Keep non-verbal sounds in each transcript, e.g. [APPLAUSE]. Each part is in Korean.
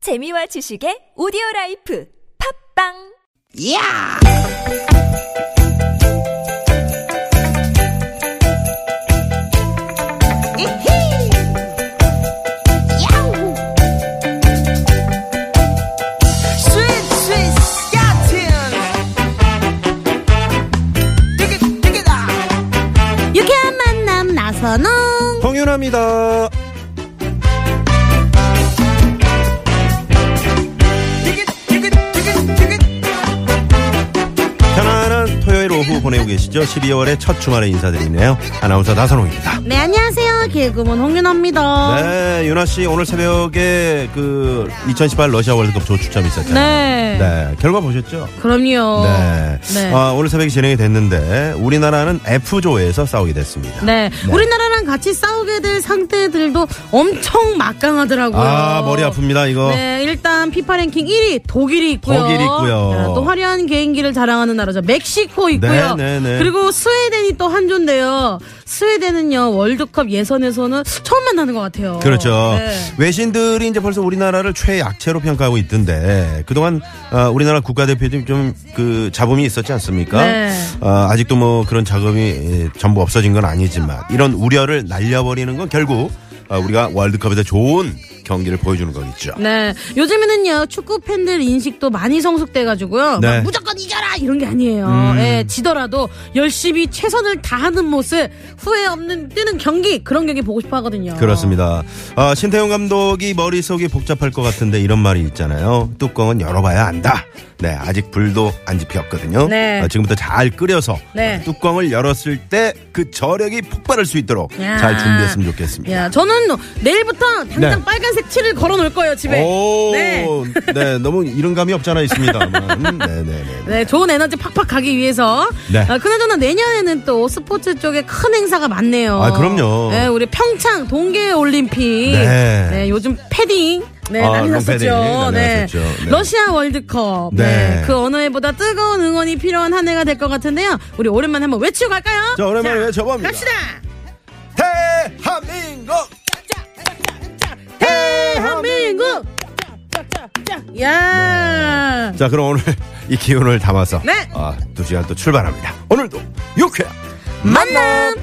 재미와 지식의 오디오 라이프 팝빵! 야! 이히! 야우! 스윗 스윗 야틴! 티켓 티켓아! 유쾌한 만남 나선홍 홍윤아입니다. 티켓 티켓 티켓 티켓 편안한 토요일 오후 보내고 계시죠? 12월의 첫 주말에 인사드리네요. 아나운서 나선홍입니다. 네 안녕하세요 개그먼 홍윤아입니다 네, 윤아 씨 오늘 새벽에 그 2018 러시아 월드컵 조추첨 있었잖아요. 네, 네, 결과 보셨죠? 그럼요 네. 네. 아, 오늘 새벽에 진행이 됐는데 우리나라는 F조에서 싸우게 됐습니다. 네. 네. 우리나라랑 같이 싸우게 될 상대들도 엄청 막강하더라고요 아, 머리 아픕니다, 이거. 네, 일단 피파 랭킹 1위 독일이 있고요. 독일이 있고요. 네, 또 화려한 개인기를 자랑하는 나라죠. 멕시코 있고요. 네, 네, 네. 그리고 스웨덴이 또 한조인데요. 스웨덴은요 월드컵 예선에서는 처음 만나는 것 같아요. 그렇죠. 네. 외신들이 이제 벌써 우리나라를 최약체로 평가하고 있던데 그동안 어, 우리나라 국가대표팀 좀 그 자범이 있었지 않습니까? 네. 어, 아직도 뭐 그런 자금이 예, 전부 없어진 건 아니지만 이런 우려를 날려버리는 건 결국 어, 우리가 월드컵에서 좋은 경기를 보여주는 거겠죠. 네. 요즘에는요, 축구 팬들 인식도 많이 성숙돼가지고요. 네. 음. 막 무조건 이겨라! 이런 게 아니에요. 예, 지더라도 열심히 최선을 다하는 모습, 후회 없는 뜨는 경기, 그런 경기 보고 싶어 하거든요. 그렇습니다. 아, 신태용 감독이 머릿속이 복잡할 것 같은데 이런 말이 있잖아요. 뚜껑은 열어봐야 안다. 네, 아직 불도 안 지폈거든요. 네. 아, 지금부터 잘 끓여서 네. 뚜껑을 열었을 때 그 저력이 폭발할 수 있도록 야. 잘 준비했으면 좋겠습니다. 야, 저는 내일부터 당장 네. 빨간색 티를 걸어 놓을 거예요, 집에. 오, 네. 네. 너무 이런 감이 없잖아 있습니다만. 네, 네, 네. 네, 좋은 에너지 팍팍 가기 위해서. 네. 아, 그나저나 내년에는 또 스포츠 쪽에 큰 행사가 많네요. 아, 그럼요. 네, 우리 평창 동계 올림픽. 네. 요즘 패딩. 네, 아, 난리 롱패딩 났었죠. 난리 났었죠. 네. 러시아 월드컵. 네. 네. 그 어느 해보다 뜨거운 응원이 필요한 한 해가 될 것 같은데요. 우리 오랜만에 한번 외치고 갈까요? 자, 오랜만에 외쳐봅니다. 갑시다! 대한민국 네, 대한민국! 야 자, 그럼 오늘 [LAUGHS] 이 기운을 담아서 네. 아, 두 시간 또 출발합니다. 오늘도 유쾌한 만남!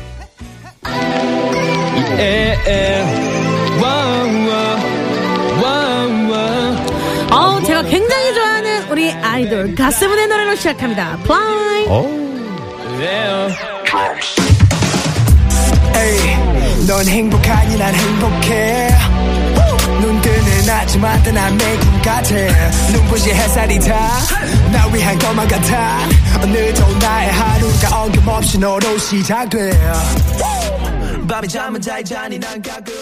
어우, 제가 굉장히 좋아하는 우리 아이돌 가스분의 노래로 시작합니다. 플라이. 어. 에이, 넌 행복하니 난 행복해 눈 뜨는 아침마다 난 매일 같아 눈부신 햇살이 다 나 위한 것만 같아 오늘도 나의 하루가 어김없이 너로 시작돼 밤에 잠은 잘 자니 난 가끔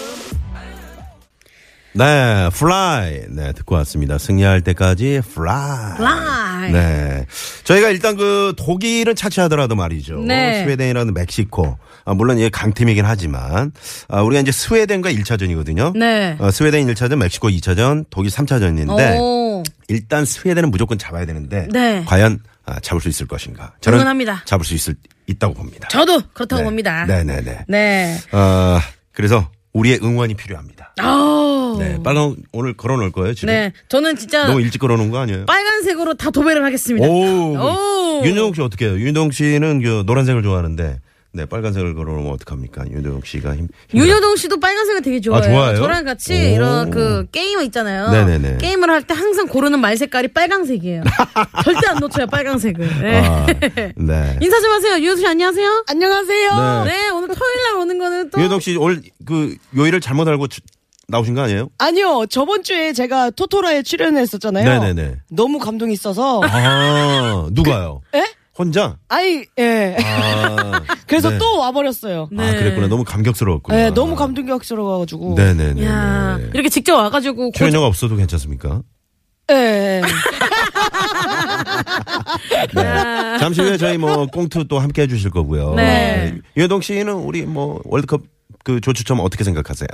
네, fly. 네, 듣고 왔습니다. 승리할 때까지 fly. Fly. 네. 저희가 일단 그 독일은 차치하더라도 말이죠. 네. 스웨덴이라는 멕시코. 아, 물론 얘 강팀이긴 하지만 아, 우리가 이제 스웨덴과 1차전이거든요. 네. 어, 스웨덴 1차전, 멕시코 2차전, 독일 3차전인데 오. 일단 스웨덴은 무조건 잡아야 되는데 네. 과연 아, 잡을 수 있을 것인가? 저는 응원합니다. 잡을 수 있을 있다고 봅니다. 저도 그렇다고 네. 봅니다. 네, 네, 네. 네. 어, 그래서 우리의 응원이 필요합니다. 아우. 네, 음. 빨간 오늘 걸어 놓을 거예요, 지금. 네. 저는 진짜 너무 일찍 걸어놓은 거 아니에요? 빨간색으로 다 도배를 하겠습니다. 오, 오. 윤정욱 씨 어떻게 해요? 윤정욱 씨는 그 노란색을 좋아하는데, 네, 빨간색을 걸어놓으면 어떡합니까? 윤정욱 씨가 힘. 힘- 윤여동 씨도 빨간색을 되게 좋아해요. 좋아해요? 저랑 같이 오. 이런 그 게임 있잖아요. 네네네. 게임을 할 때 항상 고르는 말 색깔이 [LAUGHS] 빨강색이에요. 절대 안 놓쳐요 빨강색을. 네. 아, 네. [LAUGHS] 인사 좀 하세요. 유효수 씨 안녕하세요. 안녕하세요. 네, 네. 오늘 토요일 날 오는 거는 또 윤정욱 씨 오늘 그 요일을 잘못 알고 주- 나오신 거 아니에요? 아니요, 저번 주에 제가 토토라에 출연했었잖아요. 네네네. 너무 감동이 있어서. 아, 누가요? 그, 에? 혼자? 아이, 예. 아, 그래서 네. 또 와버렸어요. 아, 그랬구나. 너무 감격스러웠구나. 예, 너무 감동격스러워가지고. 네네네. 야, 이렇게 직접 와가지고 고... 출연료가 없어도 괜찮습니까? 예, 예. 네. 잠시 후에 저희 뭐 꽁투 또 함께 해주실 거고요. 어, 네. 유동 씨는 우리 뭐 월드컵 그 조추첨 어떻게 생각하세요?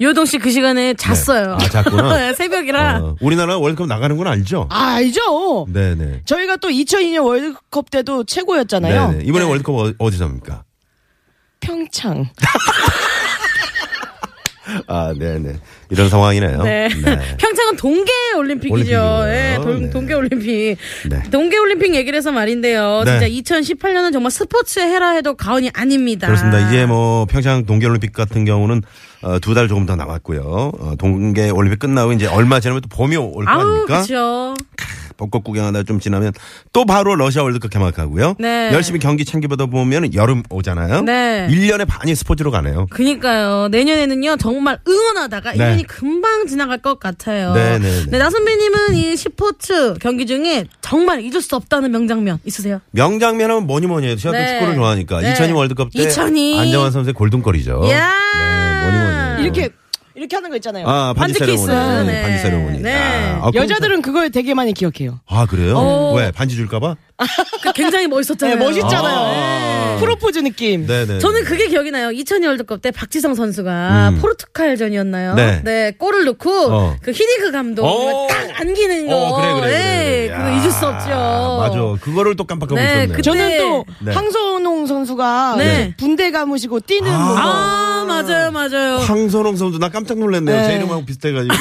유효동 씨 그 시간에 잤어요. 아, 잤구나. 네, [LAUGHS] 새벽이라. 어, 우리나라 월드컵 나가는 건 알죠? 아, 알죠? 네네. 저희가 또 2002년 월드컵 때도 최고였잖아요. 네네. 이번에 월드컵 어, 디서 합니까? 평창. [LAUGHS] 아, 네네. 이런 상황이네요. 네. 네. [LAUGHS] 평창은 동계올림픽이죠. 올림픽이고요. 예, 동, 네. 동계올림픽. 네. 동계올림픽 얘기를 해서 말인데요. 네. 진짜 2018년은 정말 스포츠의 해라 해도 과언이 아닙니다. 그렇습니다. 이제 뭐 평창 동계올림픽 같은 경우는 어, 두 달 조금 더 남았고요. 어, 동계올림픽 끝나고 이제 얼마 지나면 또 봄이 올 거 아우, 아닙니까? 그렇죠. 벚꽃 구경하다 좀 지나면 또 바로 러시아 월드컵 개막하고요. 네. 열심히 경기 챙겨보다 보면 여름 오잖아요. 네. 1년의 반이 스포츠로 가네요. 그니까요. 내년에는요, 정말 응원하다가 네. 1년이 금방 지나갈 것 같아요. 네, 네, 네. 나 선배님은 이 스포츠 경기 중에 정말 잊을 수 없다는 명장면 있으세요? 명장면 하면 뭐니 뭐니 해도 제가 또 네. 축구를 좋아하니까 네. 2002 월드컵 때 2002. 안정환 선수의 골든골이죠. 이야. 네, 뭐니 뭐니. 해도. 이렇게 이렇게 하는 거 있잖아요. 아, 반지 반지 키스. 세레모니. 네. 반지 세레모니. 네. 아, 아, 여자들은 그걸 되게 많이 기억해요. 아, 그래요? 어. 왜? 반지 줄까봐? 그 굉장히 네, 멋있었잖아요. 멋있잖아요. 아. 예. 프로포즈 느낌. 네네. 저는 그게 기억이 나요. 2002 월드컵 때 박지성 선수가 포르투갈전이었나요? 음. 네. 골을 넣고 어. 그 히딩크 감독 어. 딱 안기는 거. 어, 그래, 그래. 예, 그래, 그래. 그거 야, 잊을 수 없죠. 맞아. 그거를 또 깜빡하고 네, 있었네요. 그때 저는 네. 또 네. 황선홍 선수가 네. 군대 가무시고 뛰는 아. 모습. 아, 맞아요, 맞아요. 어, 황선홍 선수 나 깜짝 놀랐네요. 네. 제 이름하고 [LAUGHS] 비슷해가지고.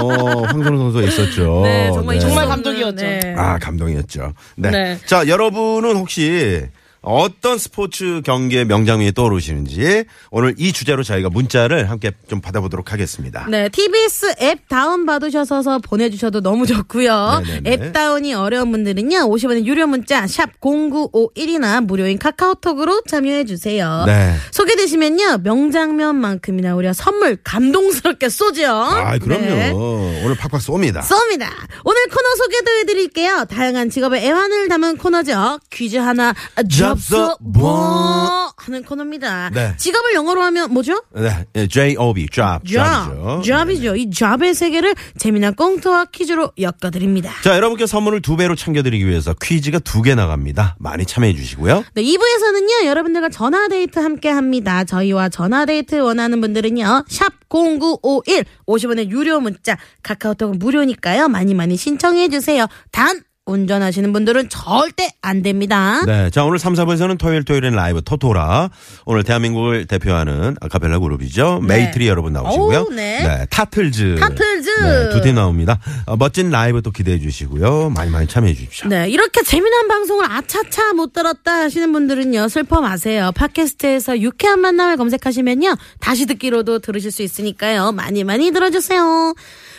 어, 황선홍 선수가 있었죠. 네, 정말, 네. 잊을 수 정말 없는, 감동이었죠. 네. 아 감동이었죠. 네. 네. 자 여러분은 혹시 어떤 스포츠 경기의 명장면이 떠오르시는지 오늘 이 주제로 저희가 문자를 함께 좀 받아보도록 하겠습니다. 네, TBS 앱 다운 받으셔서 보내주셔도 너무 좋고요. 네네네. 앱 다운이 어려운 분들은요, 50원의 유료 문자 샵 #0951이나 무료인 카카오톡으로 참여해 주세요. 네. 소개되시면요 명장면만큼이나 우리가 선물 감동스럽게 쏘죠. 아 그럼요. 네. 오늘 팍팍 쏩니다. 쏩니다. 오늘 코너 소개도 해드릴게요. 다양한 직업의 애환을 담은 코너죠. 퀴즈 하나 아, 잡서 잡서 뭐. 뭐 하는 코너입니다. 네. 직업을 영어로 하면 뭐죠? 네, 예, J.O.B. 잡, Job, Job이죠. 네. 잡이죠. 이 잡의 세계를 재미난 꽁트와 퀴즈로 엮어드립니다. 자 여러분께 선물을 두 배로 챙겨드리기 위해서 퀴즈가 두 개 나갑니다. 많이 참여해 주시고요. 네, 2부에서는요, 여러분들과 전화데이트 함께 합니다. 저희와 전화데이트 원하는 분들은요, 샵0951, 50원의 유료 문자, 카카오톡은 무료니까요, 많이 많이 신청해주세요. 단, 운전하시는 분들은 절대 안 됩니다. 네, 자 오늘 3, 4부에서는 토요일 토요일엔 라이브 토토라 오늘 대한민국을 대표하는 아카펠라 그룹이죠 메이트리 여러분 나오시고요. 오, 네. 네. 타틀즈. 네, 타틀즈. 두 팀 나옵니다. 어, 멋진 라이브 또 기대해 주시고요. 많이 많이 참여해 주십시오. 네, 이렇게 재미난 방송을 아차차 못 들었다 하시는 분들은요, 슬퍼 마세요. 팟캐스트에서 유쾌한 만남을 검색하시면요, 다시 듣기로도 들으실 수 있으니까요, 많이 많이 들어주세요.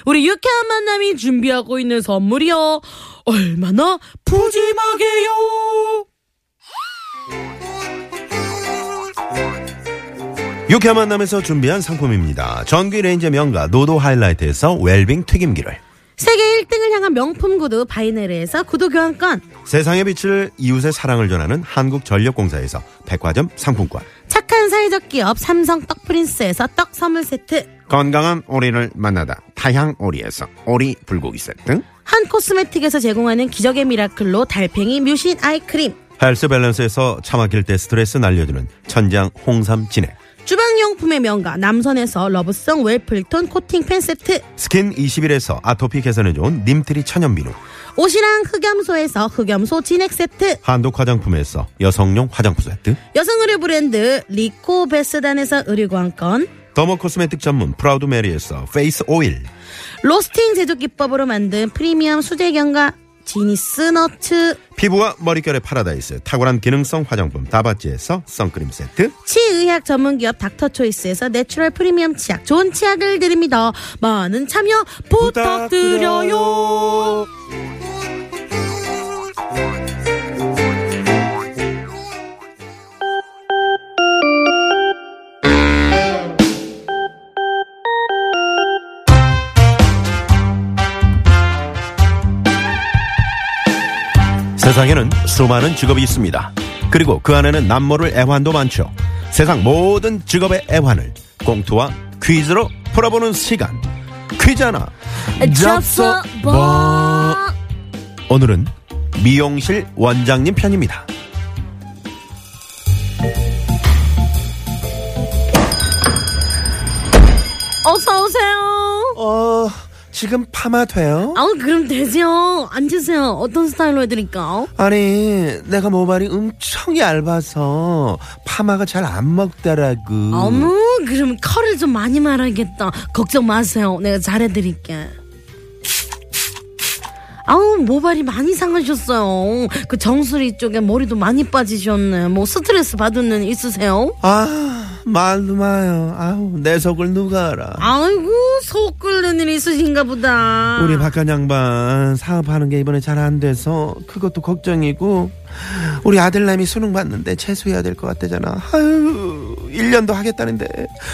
우리 유쾌한 만남이 준비하고 있는 선물이요, 얼마나 푸짐하게요! 유쾌한 만남에서 준비한 상품입니다. 전기 레인저 명가 노도 하이라이트에서 웰빙 튀김기를 세계 1등을 향한 명품 구두 바이네르에서 구두 교환권, 세상의 빛을 이웃의 사랑을 전하는 한국전력공사에서 백화점 상품권 착한 사회적 기업 삼성 떡 프린스에서 떡 선물 세트, 건강한 오리를 만나다 타향 오리에서 오리 불고기 세트 한 코스메틱에서 제공하는 기적의 미라클로 달팽이 뮤신 아이크림, 헬스 밸런스에서 차 막힐 때 스트레스 날려주는 천장 홍삼 진액 주방용품의 명가 남선에서 러브송 웰플톤 코팅 팬 세트 스킨 21에서 아토피 개선에 좋은 님트리 천연 비누 옷이랑 흑염소에서 흑염소 진액 세트 한독 화장품에서 여성용 화장품 세트 여성 의류 브랜드 리코 베스단에서 의류 관건 더머 코스메틱 전문 프라우드 메리에서 페이스 오일 로스팅 제조 기법으로 만든 프리미엄 수제 경과 지니스 너츠 피부와 머릿결의 파라다이스 탁월한 기능성 화장품 다바찌에서 선크림 세트 치의학 전문 기업 닥터 초이스에서 내추럴 프리미엄 치약 좋은 치약을 드립니다. 많은 참여 부탁드려요. 세상에는 수많은 직업이 있습니다. 그리고 그 안에는 남모를 애환도 많죠. 세상 모든 직업의 애환을 꽁트와 퀴즈로 풀어보는 시간. 퀴즈 하나. 잡서 뭐 오늘은 미용실 원장님 편입니다. 어서 오세요. 어, 지금 파마 돼요? 아우 그럼 되죠. 앉으세요. 어떤 스타일로 해드릴까? 아니 내가 모발이 엄청 얇아서 파마가 잘 안 먹더라고 어머 그럼 컬을 좀 많이 말아야겠다. 걱정 마세요. 내가 잘해드릴게. 아우 모발이 많이 상하셨어요. 그 정수리 쪽에 머리도 많이 빠지셨네. 뭐 스트레스 받은 일 있으세요? 아 말도 마요 아우 내 속을 누가 알아 아이고 속 끓는 일 있으신가 보다. 우리 박간 양반 사업하는 게 이번에 잘 안 돼서 그것도 걱정이고 우리 아들남이 수능 봤는데 재수해야 될 것 같대잖아 아유 1년도 하겠다는데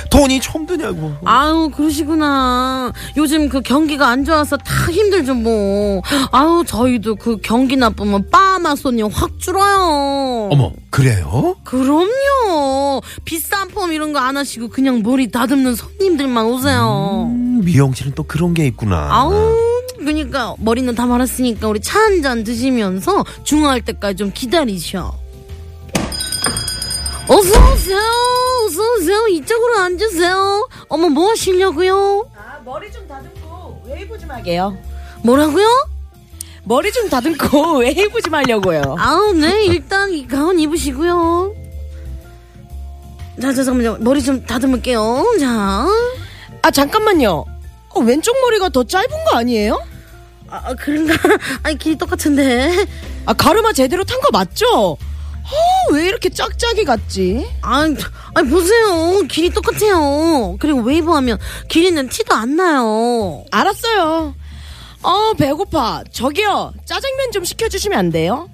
돈이 좀 드냐고 아유 그러시구나 요즘 그 경기가 안 좋아서 다 힘들죠 뭐 아유 저희도 그 경기 나쁘면 빠마 손이 확 줄어요 어머 그래요? 그럼요 비싼 펌 이런 거 안 하시고 그냥 머리 다듬는 손님들만 오세요 음. 미용실은 또 그런 게 있구나 아우 그러니까 머리는 다 말았으니까 우리 차 한 잔 드시면서 중화할 때까지 좀 기다리셔 어서오세요 어서오세요 이쪽으로 앉으세요 어머 뭐 하시려고요 아, 머리 좀 다듬고 웨이브 좀 하게요. 뭐라고요? 머리 좀 다듬고 [LAUGHS] 웨이브 좀 하려고요. 아우 네 일단 이 가운 입으시고요. 자 잠깐만요 머리 좀 다듬을게요. 자 아, 잠깐만요. 어, 왼쪽 머리가 더 짧은 거 아니에요? 아, 그런가? [LAUGHS] 아니 길이 똑같은데. [LAUGHS] 아, 가르마 제대로 탄 거 맞죠? 어, 왜 이렇게 짝짝이 같지? 아, 아 보세요 길이 똑같아요. 그리고 웨이브하면 길이는 티도 안 나요. 알았어요. 어, 배고파. 저기요, 짜장면 좀 시켜주시면 안 돼요?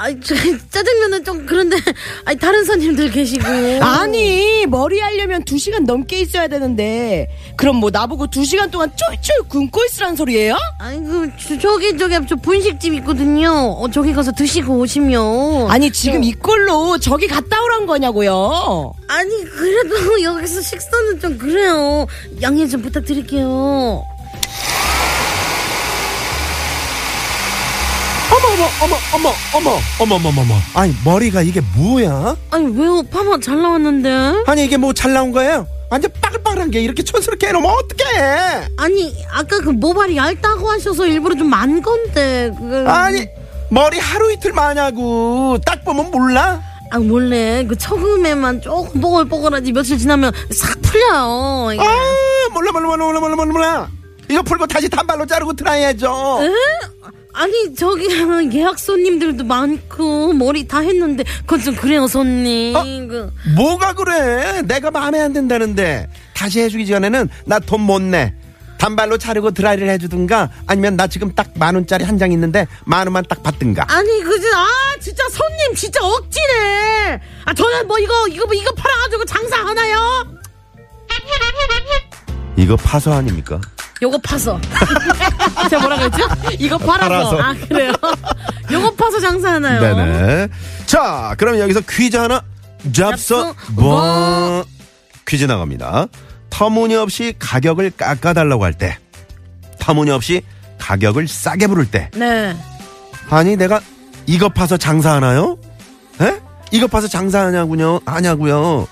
아 [LAUGHS] 짜장면은 좀 그런데 아니 다른 손님들 계시고. 아니, 머리 하려면 두시간 넘게 있어야 되는데, 그럼 뭐 나보고 두시간 동안 쫄쫄 굶고 있으란 소리예요? 아니 그 저- 저기 저기 앞- 저 분식집 있거든요. 어, 저기 가서 드시고 오시면. 아니, 지금 이꼴로 저기 갔다 오란 거냐고요? 아니 그래도 [LAUGHS] 여기서 식사는 좀 그래요 양해 좀 부탁드릴게요 어머 어머 어머 어머 어머 어머 어머 어머 아니 머리가 이게 뭐야? 아니 왜요 파마 잘 나왔는데 아니 이게 뭐 잘 나온 거예요? 완전 빠글빠글한 게 이렇게 촌스럽게 해놓으면 어떡해 아니 아까 그 모발이 얇다고 하셔서 일부러 좀 만 건데 그게 아니 머리 하루 이틀 마냐고 딱 보면 몰라? 아 원래 그 처음에만 조금 뽀글뽀글하지 며칠 지나면 싹 풀려요 이게. 아 몰라 몰라 몰라 몰라 몰라 몰라 몰라 이거 풀고 다시 단발로 자르고 드라이 해줘 에? 아니 저기 [LAUGHS] 예약 손님들도 많고 머리 다 했는데 그건 좀 그래요 손님 어? 그, 뭐가 그래 내가 마음에 안 든다는데 다시 해주기 전에는 나 돈 못 내 단발로 자르고 드라이를 해주든가 아니면 나 지금 딱 만 원짜리 한 장 있는데 만 원만 딱 받든가 아니 그지 아 진짜 손님 진짜 억지네 아 저는 뭐 이거 이거 뭐 이거 팔아가지고 장사 하나요? 이거 파서 아닙니까? 요거 파서 [LAUGHS] 제가 뭐라 그랬죠? 이거 팔아서. 어, 팔아서. 아 그래요? [LAUGHS] 요거 파서 장사 하나요? 네네. 자, 그럼 여기서 퀴즈 하나 잡서 잡서 뭐 퀴즈 나갑니다. 터무니없이 가격을 깎아달라고 할 때, 터무니없이 가격을 싸게 부를 때, 네. 아니 내가 이거 파서 장사하나요? 에? 이거 파서 장사하냐고요? 하냐고요?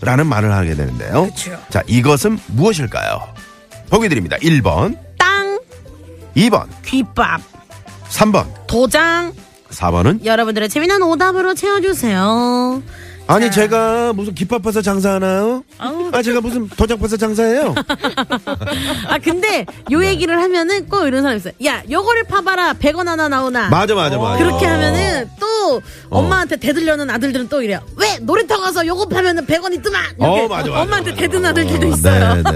라는 말을 하게 되는데요. 자, 이것은 무엇일까요? 보기 드립니다. 1번, 땅 2번, 귓밥 3번, 도장 4번은 여러분들의 재미난 오답으로 채워주세요. [LAUGHS] 아니 제가 무슨 기파 파서 장사하나요? 아우. 아 제가 무슨 도장 파서 장사해요? 아 근데 요 얘기를 하면은 꼭 이런 사람 있어요. 야 요거를 파봐라 100원 하나 나오나. 맞아 맞아 어. 맞아. 그렇게 하면은 또 엄마한테 대들려는 아들들은 또 이래요. 왜 놀이터 가서 요거 파면은 100원이 뜨만. 어, 이렇게 맞아, 맞아, 엄마한테 맞아. 대든 아들들도 어, 있어요. 네, 네.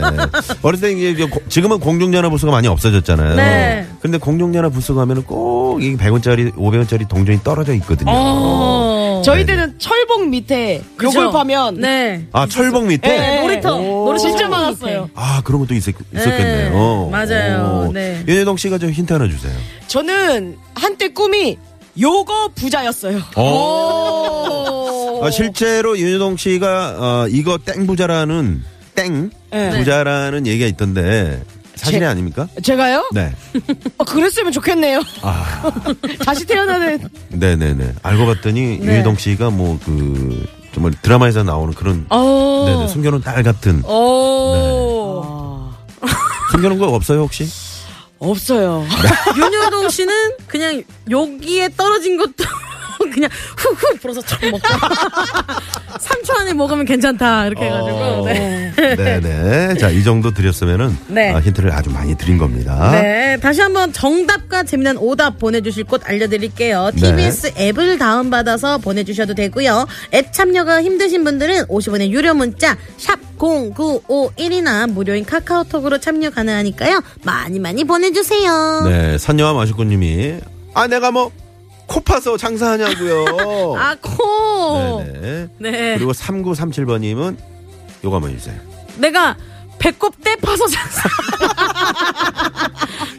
어릴 때 이제 고- 지금은 공중전화 부스가 많이 없어졌잖아요. 네. 근데 공중전화 부스 가면은 꼭 이게 100원짜리, 500원짜리 동전이 떨어져 있거든요. 어. 저희들은 철봉 밑에 요걸 그죠? 파면. 그렇죠. 네. 아 철봉 밑에. 네. 놀이터. 오. 놀이터 진짜 밑에. 많았어요. 아 그런 것도 있었, 있었겠네요. 어. 맞아요. 어. 네. 윤여동 씨가 좀 힌트 하나 주세요. 저는 한때 꿈이 요거 부자였어요. 어. 아, 실제로 윤여동 씨가 어, 이거 땡 부자라는 땡 네. 부자라는 얘기가 있던데 사실이 제- 아닙니까? [LAUGHS] 제가요? 네. 아. 어, 그랬으면 좋겠네요. [LAUGHS] 다시 태어나는 네네네. 알고 봤더니 네. 윤여동 씨가 뭐 그 정말 드라마에서 나오는 그런 어. 네네, 숨겨놓은 딸 같은 오. 숨겨놓은 거 없어요 혹시? 어. 없어요. [LAUGHS] 윤효동 씨는 그냥 여기에 떨어진 것도 [LAUGHS] 그냥 후후 불어서 척 먹고 [LAUGHS] 3초 안에 먹으면 괜찮다 이렇게 어. 해가지고 네. 네네. 자, 이 정도 드렸으면은 네. 아, 힌트를 아주 많이 드린 겁니다. 네, 다시 한번 정답과 재미난 오답 보내주실 곳 알려드릴게요. 네. TBS 앱을 다운받아서 보내주셔도 되고요. 앱 참여가 힘드신 분들은 50원의 유료 문자 샵 0951이나 무료인 카카오톡으로 참여 가능하니까요. 많이 많이 보내주세요. 네, 선녀와 마식구님이 아 내가 뭐 코파서 장사하냐고요. 아, 코! 네네. 네. 그리고 3937번님은 요거 한번 해주세요. 내가 배꼽 떼파서 장사.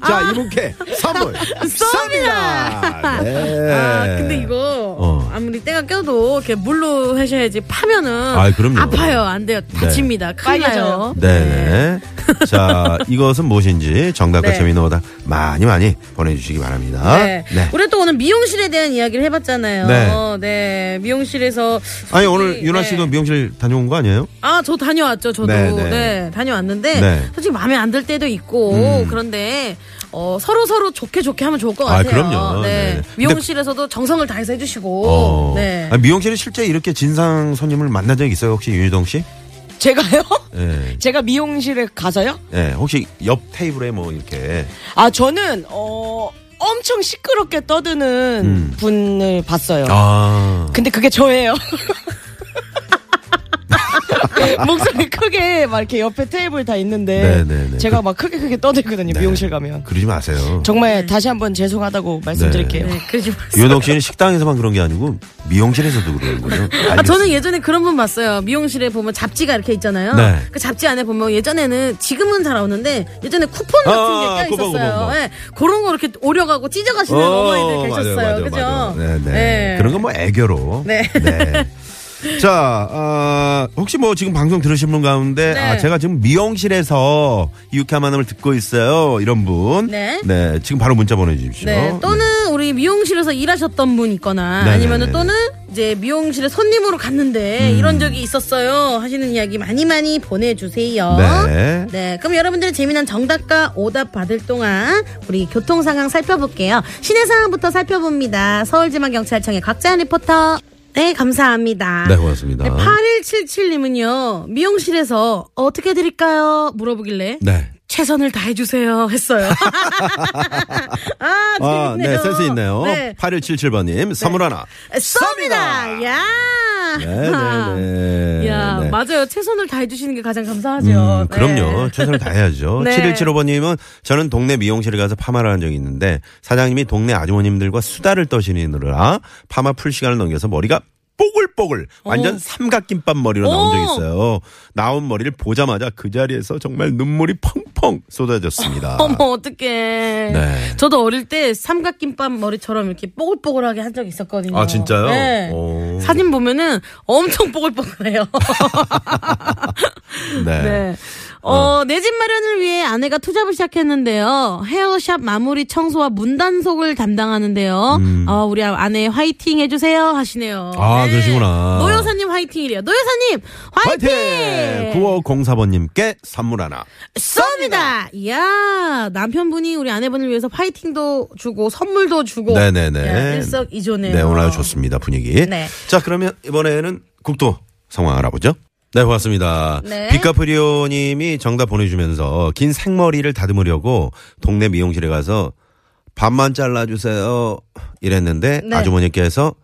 자, 아. 이분께 [LAUGHS] 선물 쏩니다. 네. 아, 근데 이거 어. 아무리 때가 껴도 이렇게 물로 해셔야지 파면은 아이, 그럼요. 네. 파요안 돼요 다칩니다 큰일 나요. 빨개져요. 네네. 자, 이것은 무엇인지 정답과 네. 재미있는 오다 많이 많이 보내주시기 바랍니다. 네. 우리 또 오늘 미용실에 대한 이야기를 해봤잖아요. 아? 네. 네, 미용실에서 아니 솔직히- 오늘 윤아 네. 씨도 미용실 다녀온 거 아니에요? 아, 저 다녀왔죠. 저도 네, 네, 네. 다녀왔는데 네. 음. 솔직히 마음에 안 들 때도 있고 그런데 어, 서로 서로 좋게 좋게 하면 좋을 것 아, 같아요. 그럼요. 네. 네. 근데- 미용실에서도 정성을 다해서 해주시고 어. 네. 아니, 미용실에 실제 이렇게 진상 손님을 만난 적 있어요 혹시 윤희동 씨? 제가요? 예. 제가 미용실에 가서요? 예, 혹시 옆 테이블에 뭐 이렇게 아 저는 어 엄청 시끄럽게 떠드는 분을 봤어요. 음. 아 근데 그게 저예요. [LAUGHS] 목소리 크게 막 이렇게 옆에 테이블 다 있는데 네네네. 그 제가 막 크게 크게 떠들거든요 네. 미용실 가면 그러지 마세요. 정말 다시 한번 죄송하다고 말씀드릴게요. 네, 그러지 마세요. 윤희동 씨는 식당에서만 그런 게 아니고 미용실에서도 그러는 거예요. 아, 저는 예전에 그런 분 봤어요. 미용실에 보면 잡지가 이렇게 있잖아요. 네. 그 잡지 안에 보면 예전에는 지금은 잘 안 오는데 예전에 쿠폰 같은 아, 게 껴 쿠폰, 있었어요. 쿠폰, 쿠폰. 예, 그런 거 이렇게 오려가고 찢어가시는 어머니들 계셨어요. 그죠? 네네. 네. 그런 건 뭐 애교로. 네. 네. 자, 아, 혹시 뭐 지금 방송 들으신 분 가운데 네. 아, 제가 지금 미용실에서 이 유쾌한 만남을 듣고 있어요. 이런 분. 네. 지금 바로 문자 보내주십시오. 네, 또는 우리 미용실에서 일하셨던 분 있거나 네, 아니면 네, 음. 네. 은 또는 이제 미용실에 손님으로 갔는데 이런 적이 있었어요 하시는 이야기 많이 많이 보내주세요. 네. 네, 그럼 여러분들의 재미난 정답과 오답 받을 동안 우리 교통 상황 살펴볼게요. 시내 상황부터 살펴봅니다. 서울지방경찰청의 곽자연 리포터. 네, 감사합니다. 네, 고맙습니다. 네, 8177님은요, 미용실에서 어떻게 드릴까요? 물어보길래. 네. 최선을 다해주세요. 했어요. [LAUGHS] 아, 아, 재밌네요. 네, 센스 있네요. 네. 8177번님, 선물 하나. 쏩니다! 야! 네, 네네네. 아, 야, 네. 맞아요. 최선을 다해주시는 게 가장 감사하죠. 네. 음, 그럼요. 최선을 다해야죠. [LAUGHS] 네. 7175번님은 저는 동네 미용실에 가서 파마를 한 적이 있는데 사장님이 동네 아주머님들과 수다를 떠시느라 파마 풀 시간을 넘겨서 머리가 뽀글뽀글 어. 완전 삼각김밥 머리로 나온 적이 오. 있어요. 나온 머리를 보자마자 그 자리에서 정말 눈물이 펑펑 쏟아졌습니다. [LAUGHS] 어머, 어떡해. 네. 저도 어릴 때 삼각김밥 머리처럼 이렇게 뽀글뽀글하게 한 적이 있었거든요. 아, 진짜요? 네. 오. 사진 보면은 엄청 [LAUGHS] 뽀글뽀글해요. 네. 네. 어, 내 집 마련을 위해 아내가 투잡을 시작했는데요. 헤어샵 마무리 청소와 문단속을 담당하는데요. 아, 우리 아내 화이팅 해주세요 하시네요. 음. 아, 그러시구나. 노 여사님 화이팅이래요. 노 여사님 화이팅! 화이팅! 9504번님께 선물 하나. 쏩니다! 이야, 남편분이 우리 아내분을 위해서 화이팅도 주고, 선물도 주고. 네네네. 야, 일석이조네요. 네, 오늘 아주 좋습니다, 분위기. 네. 자, 그러면 이번에는 국도 상황 알아보죠. 네, 고맙습니다. 네. 비카프리오 님이 정답 보내주면서 긴 생머리를 다듬으려고 동네 미용실에 가서 반만 잘라주세요. 이랬는데 네. 아주머니께서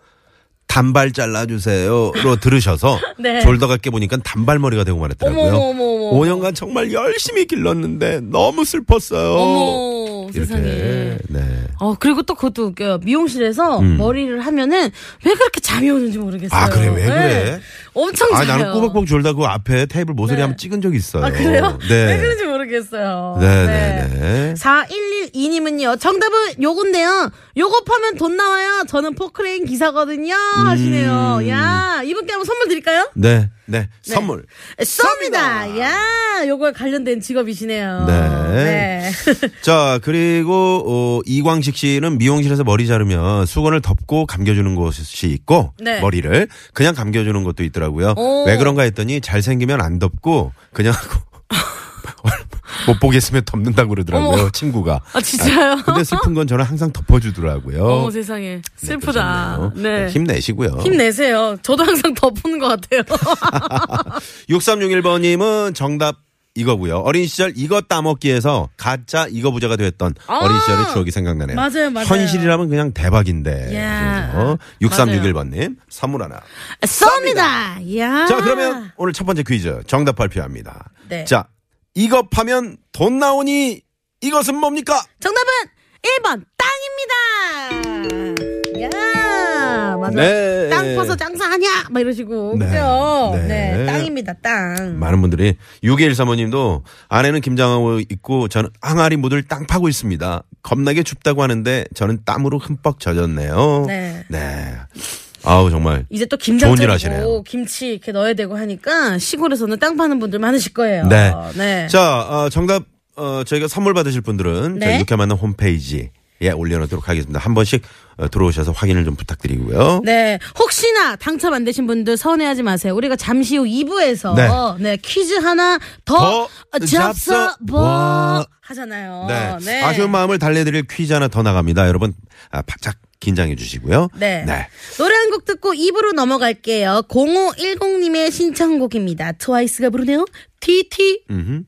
단발 잘라주세요로 [LAUGHS] 들으셔서 네. 졸다가 깨보니까 단발머리가 되고 말았더라고요. 어머, 어머, 어머, 어머. 5년간 정말 열심히 길렀는데 너무 슬펐어요. 어머, 이렇게. 세상에. 네. 어 그리고 또 그것도 웃겨요. 미용실에서 머리를 하면은 왜 그렇게 잠이 오는지 모르겠어요. 음. 네. 아, 그래, 왜 그래? 엄청 아, 자요. 네. 나는 꼬박꼬박 졸다 그 앞에 테이블 모서리 한번 찍은 적이 있어요. 아 그래요? 네. 왜 그런지 모르겠어요. 네네네. 4112님은요. 정답은 요건데요. 요거 파면 돈 나와요. 저는 포크레인 기사거든요. 음. 하시네요. 야, 이분께 한번 선물 드릴까요? 네, 네. 선물. 쏩니다. 야, 요거에 관련된 직업이시네요. 네. 자, 그리고, 어, 이광식 씨는 미용실에서 머리 자르면 수건을 덮고 감겨주는 곳이 있고, 네. 머리를 그냥 감겨주는 것도 있더라고요. 오. [LAUGHS] 왜 그런가 했더니 잘생기면 안 덮고, 그냥 하고. 못 보겠으면 덮는다고 그러더라고요. 어머. 친구가. [LAUGHS] 아, 진짜요? 아, 근데 슬픈 건 저는 항상 덮어주더라고요. 어머 세상에 슬프다. 네, 그러셨네요. 네. 힘내시고요. 힘내세요. 저도 항상 덮는 것 같아요. 6361번님은 정답 이거고요. 어린 시절 이거 따먹기에서 가짜 이거 부자가 되었던 아! 어린 시절의 추억이 생각나네요. 맞아요, 예. 맞아요. 현실이라면 그냥 대박인데. 야. 그래서 6361번님 선물 하나. [LAUGHS] 쏩니다. 이야. 자 그러면 오늘 첫 번째 퀴즈 정답 발표합니다. 아. 네. 자 이거 파면 돈 나오니 이것은 뭡니까? 정답은 1번 땅입니다. 야 맞아. 네. 땅 파서 장사하냐? 막 이러시고 네. 그죠? 네. 네. 땅입니다. 땅. 많은 분들이 6일 사모님도 아내는 김장하고 있고 저는 항아리 모들 땅 파고 있습니다. 겁나게 춥다고 하는데 저는 땀으로 흠뻑 젖었네요. 네. 아우 정말 이제 또 김장 좋은 일 차리고 하시네요. 김치 이렇게 넣어야 되고 하니까 시골에서는 땅 파는 분들 많으실 거예요. 네. 네. 자, 어, 정답, 어, 저희가 선물 받으실 분들은 네. 저희 육회 만남 홈페이지에 올려놓도록 하겠습니다. 한 번씩 어, 들어오셔서 확인을 좀 부탁드리고요. 네. 혹시나 당첨 안 되신 분들 서운해하지 마세요. 우리가 잠시 후 2부에서 네, 퀴즈 하나 더, 더 잡숴 뭐. 뭐 하잖아요. 네. 아쉬운 마음을 달래드릴 퀴즈 하나 더 나갑니다. 여러분, 아, 바짝 긴장해 주시고요. 네. 노래 한 곡 듣고 2부로 넘어갈게요. 0510님의 신청곡입니다. 트와이스가 부르네요. TT. 음흠.